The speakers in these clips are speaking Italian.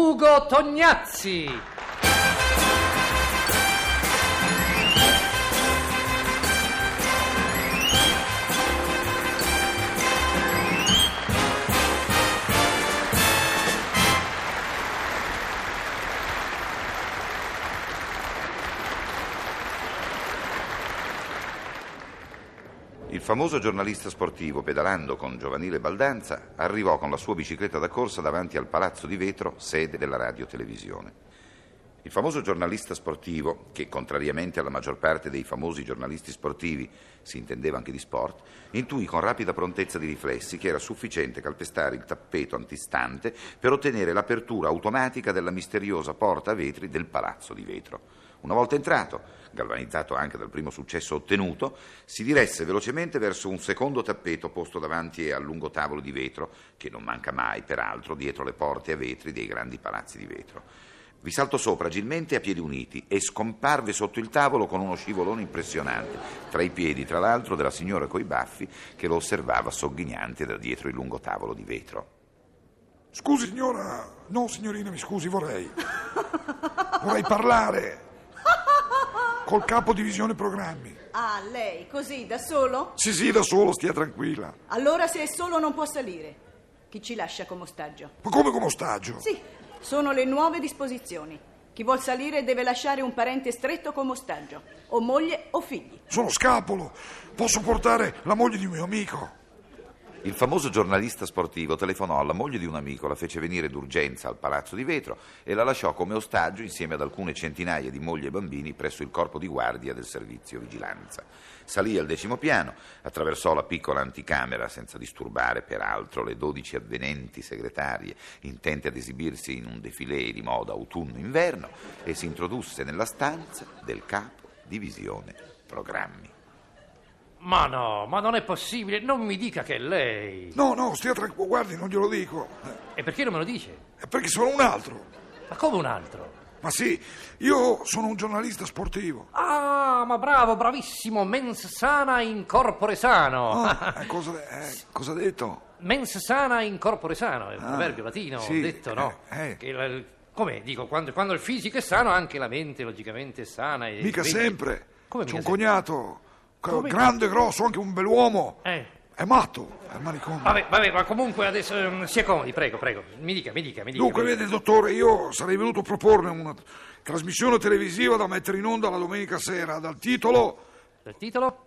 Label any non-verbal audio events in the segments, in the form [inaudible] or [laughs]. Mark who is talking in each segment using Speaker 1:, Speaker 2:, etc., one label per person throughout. Speaker 1: Ugo Tognazzi.
Speaker 2: Il famoso giornalista sportivo, pedalando con Giovanile Baldanza, arrivò con la sua bicicletta da corsa davanti al Palazzo di Vetro, sede della radiotelevisione. Il famoso giornalista sportivo, che contrariamente alla maggior parte dei famosi giornalisti sportivi si intendeva anche di sport, intuì con rapida prontezza di riflessi che era sufficiente calpestare il tappeto antistante per ottenere l'apertura automatica della misteriosa porta a vetri del Palazzo di Vetro. Una volta entrato, galvanizzato anche dal primo successo ottenuto, si diresse velocemente verso un secondo tappeto posto davanti al lungo tavolo di vetro, che non manca mai, peraltro, dietro le porte a vetri dei grandi palazzi di vetro. Vi saltò sopra agilmente a piedi uniti e scomparve sotto il tavolo con uno scivolone impressionante, tra i piedi, tra l'altro, della signora coi baffi che lo osservava sogghignante da dietro il lungo tavolo di vetro.
Speaker 3: Scusi signora, no signorina, mi scusi, vorrei. Vorrei parlare col capo divisione programmi.
Speaker 4: Ah, lei, così, da solo?
Speaker 3: Sì, sì, da solo, stia tranquilla.
Speaker 4: Allora se è solo non può salire. Chi ci lascia come ostaggio?
Speaker 3: Ma come come ostaggio?
Speaker 4: Sì, sono le nuove disposizioni. Chi vuol salire deve lasciare un parente stretto come ostaggio, o moglie o figli.
Speaker 3: Sono scapolo. Posso portare la moglie di un mio amico.
Speaker 2: Il famoso giornalista sportivo telefonò alla moglie di un amico, la fece venire d'urgenza al Palazzo di Vetro e la lasciò come ostaggio insieme ad alcune centinaia di mogli e bambini presso il corpo di guardia del servizio vigilanza. Salì al decimo piano, attraversò la piccola anticamera senza disturbare peraltro le dodici avvenenti segretarie intente ad esibirsi in un defilé di moda autunno-inverno e si introdusse nella stanza del capo divisione programmi.
Speaker 1: Ma no, ma non è possibile, non mi dica che è lei.
Speaker 3: No, no, stia tranquilla, guardi, non glielo dico. Eh,
Speaker 1: E perché non me lo dice?
Speaker 3: È perché sono un altro.
Speaker 1: Ma come un altro?
Speaker 3: Ma sì, io sono un giornalista sportivo.
Speaker 1: Ah, ma bravo, bravissimo, mens sana in corpore sano. [laughs]
Speaker 3: Ah, eh, cosa, eh, cosa ha detto?
Speaker 1: Mens sana in corpore sano, è un proverbio latino,
Speaker 3: Ah. sì,
Speaker 1: ho detto, no?
Speaker 3: eh, eh.
Speaker 1: Che la- il- come dico, quando, quando il fisico è sano, anche la mente logicamente è sana. E
Speaker 3: Mica
Speaker 1: sveglia.
Speaker 3: sempre.
Speaker 1: Eh, Come
Speaker 3: C'è
Speaker 1: mica
Speaker 3: un
Speaker 1: sempre?
Speaker 3: cognato, ca-
Speaker 1: Come-
Speaker 3: grande, grosso, anche un bell'uomo.
Speaker 1: Eh.
Speaker 3: È matto, è al manicomio.
Speaker 1: Vabbè, vabbè, ma comunque adesso ehm, si accomodi, prego, prego. Mi dica, mi dica, mi dica.
Speaker 3: Dunque,
Speaker 1: mi dica.
Speaker 3: vede, dottore, io sarei venuto a proporne una trasmissione televisiva da mettere in onda la domenica sera dal titolo.
Speaker 1: Il titolo?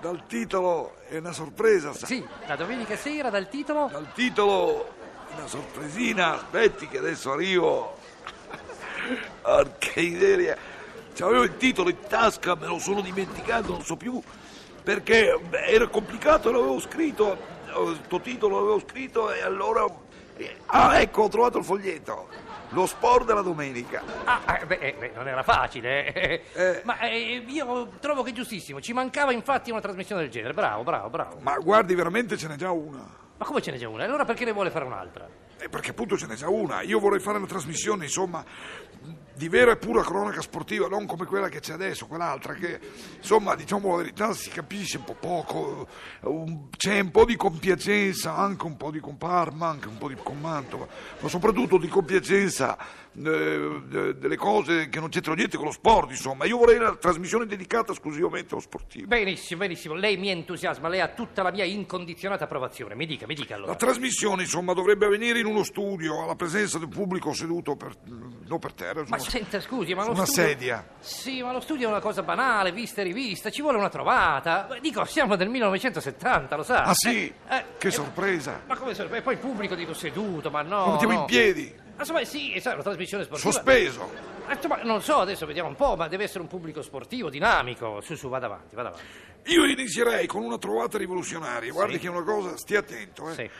Speaker 3: Dal titolo è una sorpresa, sa.
Speaker 1: Sì, la domenica sera dal titolo.
Speaker 3: Dal titolo una sorpresina, aspetti che adesso arrivo. [laughs] Porca miseria. C'avevo Cioè, il titolo in tasca, me lo sono dimenticato, non so più. Perché beh, era complicato, l'avevo scritto. Questo titolo l'avevo scritto e allora. Ah, ecco, ho trovato il foglietto. Lo sport della domenica.
Speaker 1: Ah, eh, beh, eh, beh, non era facile, eh.
Speaker 3: Eh.
Speaker 1: Ma eh, io trovo che è giustissimo. Ci mancava infatti una trasmissione del genere. Bravo, bravo, bravo.
Speaker 3: Ma guardi, veramente ce n'è già una.
Speaker 1: Ma come ce n'è già una? Allora perché ne vuole fare un'altra?
Speaker 3: Eh, perché appunto ce n'è già una. Io vorrei fare una trasmissione, insomma, di vera e pura cronaca sportiva, non come quella che c'è adesso, quell'altra che, insomma, diciamo la verità, si capisce un po' poco. Un- c'è un po' di compiacenza, anche un po' di comparma, anche un po' di comando, ma soprattutto di compiacenza eh, de- delle cose che non c'entrano niente con lo sport, insomma. Io vorrei una trasmissione dedicata esclusivamente allo sportivo.
Speaker 1: Benissimo, benissimo. Lei mi entusiasma, lei ha tutta la mia incondizionata approvazione. Mi dica, mi dica allora.
Speaker 3: La trasmissione, insomma, dovrebbe avvenire in uno studio, alla presenza del pubblico seduto per, non per terra.
Speaker 1: Ma
Speaker 3: insomma.
Speaker 1: senta, scusi, ma lo
Speaker 3: Una
Speaker 1: studio...
Speaker 3: sedia.
Speaker 1: Sì, ma lo studio è una cosa banale, vista e rivista, ci vuole una trovata. Beh, Dico, siamo del 1970, lo sa.
Speaker 3: Ah sì?
Speaker 1: Eh, eh,
Speaker 3: che
Speaker 1: eh,
Speaker 3: sorpresa!
Speaker 1: Ma come sorpresa? E poi il pubblico, dico, seduto, ma no,
Speaker 3: Lo mettiamo
Speaker 1: no.
Speaker 3: in piedi,
Speaker 1: Ma insomma, sì, è una trasmissione sportiva.
Speaker 3: sospeso.
Speaker 1: Eh, Insomma, non so, adesso vediamo un po', ma deve essere un pubblico sportivo, dinamico. Su, su, vada avanti, vada avanti.
Speaker 3: Io inizierei con una trovata rivoluzionaria. Guardi
Speaker 1: Sì.
Speaker 3: che è una cosa, stia attento. Eh.
Speaker 1: Sì.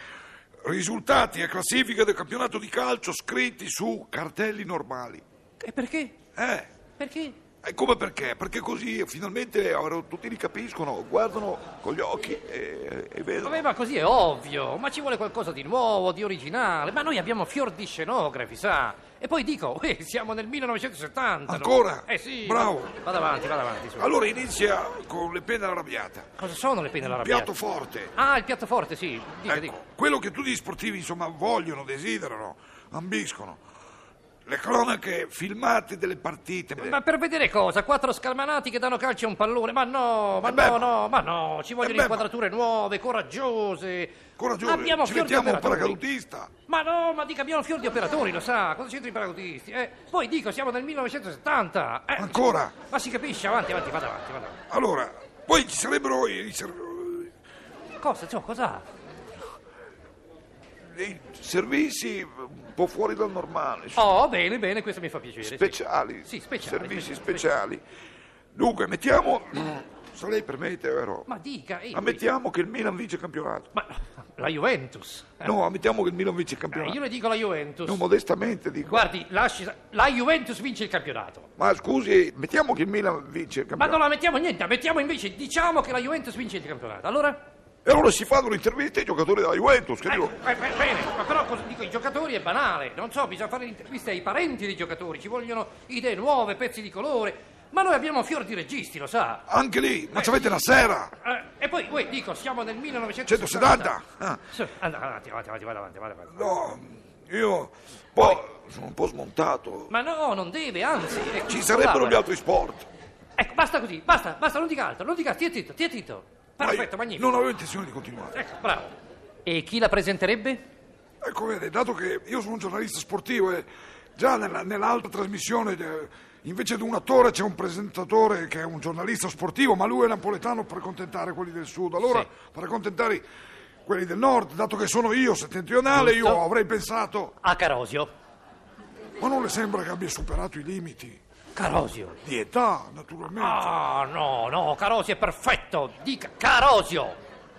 Speaker 3: Risultati e classifiche del campionato di calcio scritti su cartelli normali.
Speaker 1: E perché?
Speaker 3: Eh,
Speaker 1: Perché?
Speaker 3: e come perché? Perché così finalmente allora, tutti li capiscono, guardano con gli occhi e, e vedono.
Speaker 1: Vabbè, ma così è ovvio, ma ci vuole qualcosa di nuovo, di originale. Ma noi abbiamo fior di scenografi, sa. E poi dico, [laughs] eh, siamo nel 1970. no?
Speaker 3: Ancora?
Speaker 1: Eh sì.
Speaker 3: Bravo.
Speaker 1: va- Vada avanti, vada avanti. Su.
Speaker 3: Allora inizia con le penne arrabbiate.
Speaker 1: Cosa sono le pene alla
Speaker 3: Piatto forte.
Speaker 1: Ah, il piatto forte, sì. Dica,
Speaker 3: Ecco,
Speaker 1: dica.
Speaker 3: quello che tutti gli sportivi insomma vogliono, desiderano. ambiscono. Le cronache filmate delle partite.
Speaker 1: Ma per vedere cosa? Quattro scalmanati che danno calcio a un pallone? Ma no, ma
Speaker 3: Eh
Speaker 1: no,
Speaker 3: beh, ma-
Speaker 1: no, ma no, ci vogliono
Speaker 3: beh, ma-
Speaker 1: inquadrature nuove, coraggiose.
Speaker 3: Coraggioso,
Speaker 1: Abbiamo
Speaker 3: ci
Speaker 1: fior di
Speaker 3: mettiamo un
Speaker 1: operatori.
Speaker 3: paracadutista.
Speaker 1: Ma no, ma dica, abbiamo fior di operatori, lo sa, cosa c'entrano i paracadutisti? Eh, poi dico, siamo nel 1970. eh.
Speaker 3: Ancora?
Speaker 1: Ma si capisce, avanti, avanti, vada avanti, vada avanti.
Speaker 3: Allora, poi ci sarebbero i, i ser-
Speaker 1: Cosa, Gio, cos'ha?
Speaker 3: i servizi un po' fuori dal normale,
Speaker 1: Oh, bene, bene, questo mi fa piacere. sì.
Speaker 3: speciali,
Speaker 1: Sì, speciali,
Speaker 3: servizi
Speaker 1: speciali, Eh.
Speaker 3: speciali. Dunque, mettiamo, se lei permette, vero?
Speaker 1: Ma dica, ehi,
Speaker 3: Ammettiamo che il Milan vince il campionato.
Speaker 1: ma la Juventus.
Speaker 3: No, ammettiamo che il Milan vince il
Speaker 1: Eh, io
Speaker 3: campionato.
Speaker 1: le dico la Juventus.
Speaker 3: No, modestamente dico.
Speaker 1: Guardi, lasci, la Juventus vince il campionato.
Speaker 3: Ma scusi, mettiamo che il Milan vince il
Speaker 1: Ma non
Speaker 3: campionato.
Speaker 1: la mettiamo niente, la mettiamo invece, diciamo che la Juventus vince il campionato. Allora?
Speaker 3: E allora si fanno un'intervista ai giocatori della Juventus, che
Speaker 1: Eh,
Speaker 3: dico,
Speaker 1: eh, beh, bene, ma però cosa dico i giocatori è banale, non so, bisogna fare le interviste ai parenti dei giocatori, ci vogliono idee nuove, pezzi di colore. Ma noi abbiamo fior di registi, lo sa.
Speaker 3: anche lì, ma ci avete la sera,
Speaker 1: Eh, e poi, uè, dico, siamo nel 1970.
Speaker 3: 170. Ah,
Speaker 1: Sì, and- Avanti, avanti, avanti, vada avanti, vada avanti.
Speaker 3: no, io poi sono un po' smontato.
Speaker 1: Ma no, non deve, anzi. ecco,
Speaker 3: Ci sarebbero
Speaker 1: guarda.
Speaker 3: gli altri sport.
Speaker 1: Ecco, basta così, basta, basta, non dica altro, non dica altro, stia zitto, stia zitto.
Speaker 3: Ma io
Speaker 1: Perfetto, magnifico.
Speaker 3: Non avevo intenzione di continuare.
Speaker 1: Ecco, bravo. E chi la presenterebbe?
Speaker 3: Ecco, vede, dato che io sono un giornalista sportivo e già nella- nell'altra trasmissione, eh, invece di un attore c'è un presentatore che è un giornalista sportivo, ma lui è napoletano per accontentare quelli del sud. Allora,
Speaker 1: Sì.
Speaker 3: per accontentare quelli del nord, dato che sono io settentrionale,
Speaker 1: Giusto.
Speaker 3: io avrei pensato,
Speaker 1: A Carosio.
Speaker 3: ma non le sembra che abbia superato i limiti
Speaker 1: Carosio.
Speaker 3: di età, naturalmente.
Speaker 1: Ah, no, no, Carosio è perfetto. Dica Carosio.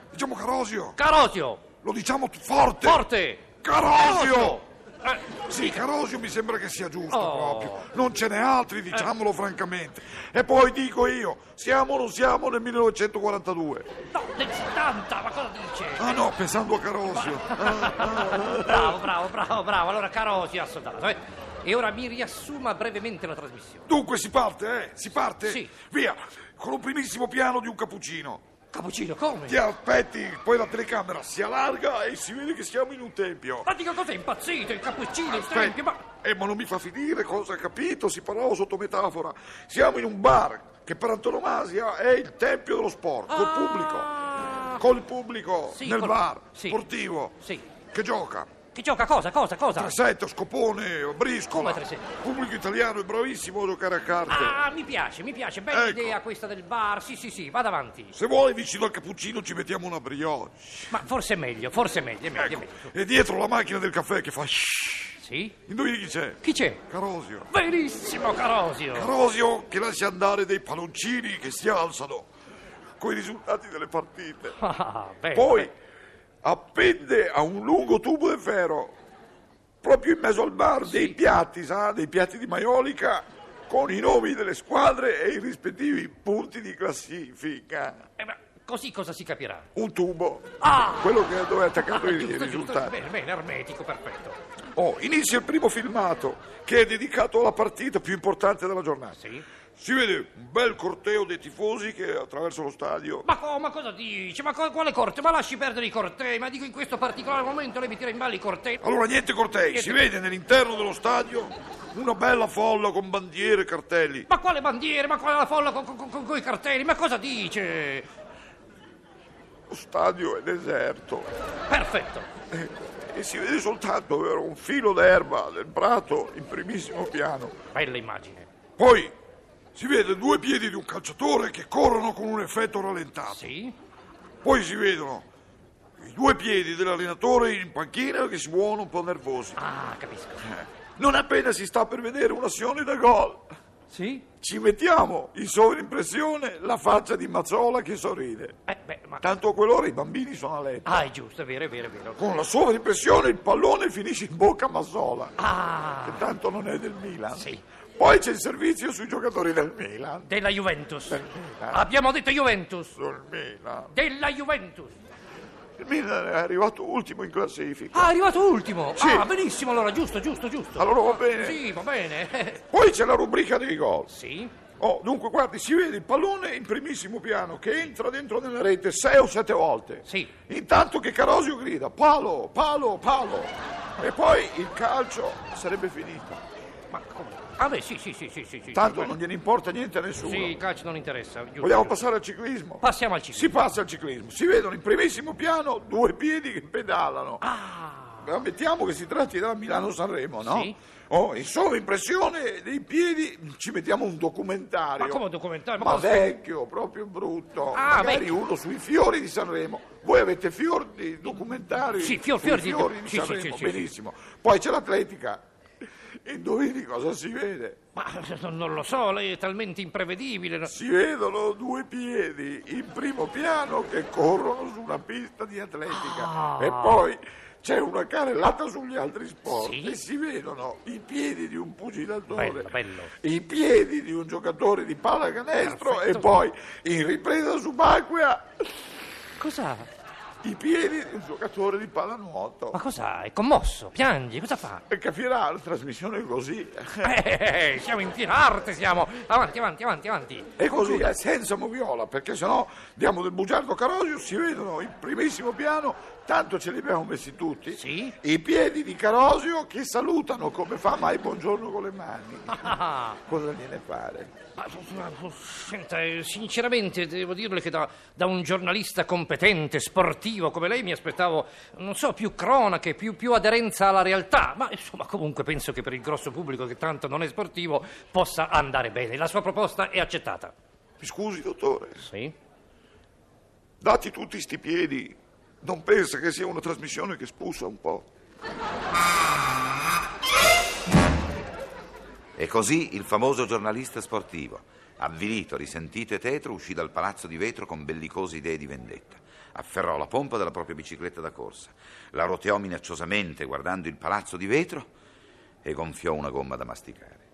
Speaker 3: Diciamo Carosio,
Speaker 1: Carosio.
Speaker 3: lo diciamo t- forte.
Speaker 1: Forte.
Speaker 3: Carosio!
Speaker 1: Eh,
Speaker 3: Sì, Carosio mi sembra che sia giusto
Speaker 1: Oh. Eh.
Speaker 3: proprio. Non ce n'è altri, diciamolo francamente. E poi dico io, siamo o non siamo nel 1942?
Speaker 1: no, del 70, ma cosa dice?
Speaker 3: Ah no, pensando a Carosio. Ah,
Speaker 1: Bravo, bravo, bravo, bravo. Allora Carosio ha soldato. eh. E ora mi riassuma brevemente la trasmissione.
Speaker 3: Dunque si parte, eh? Si parte?
Speaker 1: Sì.
Speaker 3: Via, con un primissimo piano di un cappuccino.
Speaker 1: Cappuccino, come?
Speaker 3: Ti aspetti, poi la telecamera si allarga e si vede che siamo in un tempio.
Speaker 1: Ma dica cos'è impazzito, il cappuccino, il
Speaker 3: Aspetta,
Speaker 1: tempio, ma...
Speaker 3: eh, ma non mi fa finire cosa ha capito, si parò sotto metafora. Siamo in un bar che per antonomasia è il tempio dello sport, col pubblico.
Speaker 1: Ah,
Speaker 3: Col pubblico,
Speaker 1: Sì,
Speaker 3: nel
Speaker 1: col-
Speaker 3: bar,
Speaker 1: sì.
Speaker 3: sportivo,
Speaker 1: Sì.
Speaker 3: che gioca.
Speaker 1: Che gioca cosa, cosa, cosa?
Speaker 3: Tresetto, Scopone, Briscola.
Speaker 1: Come Tresetto?
Speaker 3: Pubblico italiano è bravissimo a giocare a carte.
Speaker 1: Ah, mi piace, mi piace, bella
Speaker 3: Ecco.
Speaker 1: idea questa del bar, sì, sì, sì, vado avanti.
Speaker 3: Se vuoi vicino al cappuccino ci mettiamo una brioche.
Speaker 1: Ma forse è meglio, forse è meglio, è meglio, è
Speaker 3: Ecco,
Speaker 1: meglio.
Speaker 3: e dietro la macchina del caffè che fa shhh.
Speaker 1: Sì?
Speaker 3: Indovini chi c'è?
Speaker 1: Chi c'è?
Speaker 3: Carosio.
Speaker 1: Benissimo, Carosio!
Speaker 3: Rosio che lascia andare dei palloncini che si alzano con i risultati delle partite.
Speaker 1: Ah, bene.
Speaker 3: Poi appende a un lungo tubo di ferro, proprio in mezzo al bar, dei piatti, sa, dei piatti di maiolica con i nomi delle squadre e i rispettivi punti di classifica.
Speaker 1: Eh, ma così cosa si capirà?
Speaker 3: Un tubo,
Speaker 1: Ah!
Speaker 3: quello che dove è attaccato
Speaker 1: Ah,
Speaker 3: i
Speaker 1: giusto, giusto,
Speaker 3: risultati.
Speaker 1: bene, bene, ermetico, perfetto.
Speaker 3: Oh, inizia il primo filmato che è dedicato alla partita più importante della giornata.
Speaker 1: Sì?
Speaker 3: Si vede un bel corteo dei tifosi che attraverso lo stadio.
Speaker 1: Ma, co- ma cosa dici? Ma co- quale corte? Ma lasci perdere i cortei, ma dico in questo particolare momento lei mi tira in ballo i cortei.
Speaker 3: Allora niente cortei, si vede nell'interno dello stadio una bella folla con bandiere e cartelli.
Speaker 1: Ma quale bandiere? Ma quale la folla con, con- con- con i cartelli? Ma cosa dice?
Speaker 3: Lo stadio è deserto
Speaker 1: Perfetto.
Speaker 3: e si vede soltanto vero, un filo d'erba del prato in primissimo piano.
Speaker 1: Bella immagine.
Speaker 3: Poi si vede due piedi di un calciatore che corrono con un effetto rallentato.
Speaker 1: Ah, Sì?
Speaker 3: Poi si vedono i due piedi dell'allenatore in panchina che si muovono un po' nervosi.
Speaker 1: Ah, capisco.
Speaker 3: Non appena si sta per vedere un'azione da gol.
Speaker 1: Sì?
Speaker 3: Ci mettiamo in sovrimpressione la faccia di Mazzola che sorride.
Speaker 1: Eh, beh, ma...
Speaker 3: Tanto a quell'ora i bambini sono a letto.
Speaker 1: Ah, è giusto, è vero, è vero, è vero.
Speaker 3: Con la sovrimpressione il pallone finisce in bocca a Mazzola,
Speaker 1: Ah,
Speaker 3: che tanto non è del Milan.
Speaker 1: Sì.
Speaker 3: Poi c'è il servizio sui giocatori del Milan.
Speaker 1: della Juventus. Abbiamo detto Juventus.
Speaker 3: Sul Milan.
Speaker 1: Della Juventus.
Speaker 3: Il Milan è arrivato ultimo in classifica.
Speaker 1: Ah, è arrivato ultimo.
Speaker 3: Sì.
Speaker 1: Ah, benissimo, allora, giusto, giusto, giusto.
Speaker 3: Allora va bene.
Speaker 1: Sì, va bene. [laughs]
Speaker 3: Poi c'è la rubrica dei gol.
Speaker 1: sì?
Speaker 3: Oh, dunque, guardi, si vede il pallone in primissimo piano che entra dentro nella rete sei o sette volte.
Speaker 1: Sì.
Speaker 3: Intanto che Carosio grida: palo, palo, palo. E poi il calcio sarebbe finito.
Speaker 1: Ma come? Ah beh, sì, sì, sì, sì, sì. sì
Speaker 3: Tanto non gliene importa niente a nessuno.
Speaker 1: Sì, il calcio non interessa. Giusto,
Speaker 3: Vogliamo
Speaker 1: giusto.
Speaker 3: passare al ciclismo?
Speaker 1: Passiamo al ciclismo.
Speaker 3: Si passa al ciclismo. Si vedono in primissimo piano due piedi che pedalano. Ammettiamo che si tratti da Milano-Sanremo, no?
Speaker 1: Ah. Sì.
Speaker 3: Oh, in solo impressione dei piedi ci mettiamo un documentario.
Speaker 1: Ma come un documentario? Ma
Speaker 3: Ma
Speaker 1: cosa-
Speaker 3: vecchio, proprio brutto.
Speaker 1: Ah,
Speaker 3: Magari
Speaker 1: vecchio.
Speaker 3: uno sui fiori di Sanremo. Voi avete fior di documentari
Speaker 1: Sì, fior-
Speaker 3: sui
Speaker 1: fior di-
Speaker 3: fiori di
Speaker 1: sì, sì,
Speaker 3: Sanremo,
Speaker 1: sì, sì, sì.
Speaker 3: benissimo. Poi c'è l'atletica. Indovini cosa si vede?
Speaker 1: Ma non, non lo so, lei è talmente imprevedibile. no?
Speaker 3: Si vedono due piedi in primo piano che corrono su una pista di
Speaker 1: Ah.
Speaker 3: atletica e poi c'è una carrellata sugli altri sport
Speaker 1: Sì.
Speaker 3: e si vedono i piedi di un pugilatore,
Speaker 1: Bello, bello.
Speaker 3: i piedi di un giocatore di pallacanestro
Speaker 1: Perfetto.
Speaker 3: e poi in ripresa subacquea
Speaker 1: Cos'ha?
Speaker 3: i piedi di un giocatore di pallanuoto.
Speaker 1: Ma cos'ha? È commosso? Piange? Cosa fa?
Speaker 3: E capirà la trasmissione così.
Speaker 1: Eh, siamo in piena arte, siamo. Avanti, avanti, avanti, avanti.
Speaker 3: E così, eh, senza moviola, perché sennò diamo del bugiardo Carosio, si vedono in primissimo piano, tanto ce li abbiamo messi tutti,
Speaker 1: Sì.
Speaker 3: i piedi di Carosio che salutano come fa mai buongiorno con le mani.
Speaker 1: Ah,
Speaker 3: Cosa gliene pare?
Speaker 1: ma- ma- ma- senta, eh, sinceramente devo dirle che da, da un giornalista competente, sportivo come lei mi aspettavo, non so, più cronache, più, più aderenza alla realtà, ma insomma comunque penso che per il grosso pubblico che tanto non è sportivo possa andare bene. La sua proposta è accettata.
Speaker 3: Mi scusi, dottore,
Speaker 1: Sì?
Speaker 3: dati tutti sti piedi, non pensa che sia una trasmissione che spussa un po'?
Speaker 2: E così il famoso giornalista sportivo, avvilito, risentito e tetro, uscì dal palazzo di vetro con bellicose idee di vendetta. Afferrò la pompa della propria bicicletta da corsa, la roteò minacciosamente guardando il palazzo di vetro e gonfiò una gomma da masticare.